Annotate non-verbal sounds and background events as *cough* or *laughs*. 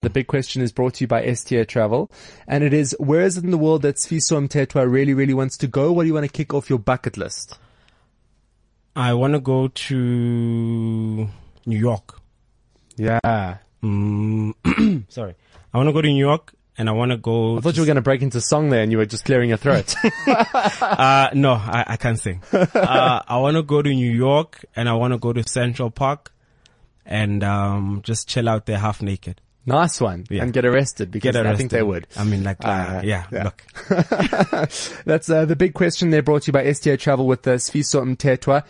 The big question is brought to you by STA Travel, and it is where is it in the world that Sfiso Mtetwa really, really wants to go? What do you want to kick off your bucket list? I want to go to New York. Yeah. Mm, *clears throat* sorry. I want to go to New York and I want to go. I thought you were going to break into song there and you were just clearing your *laughs* throat. uh, no, I, I *laughs* can't sing. Uh, I want to go to New York and I want to go to Central Park and, um, just chill out there half naked. nice one. Yeah. And get arrested because Get arrested. I think they would. I mean, like, uh, Uh, yeah, yeah. look. That's uh, the big question there brought to you by STA Travel with uh, Sfiso Mtetwa.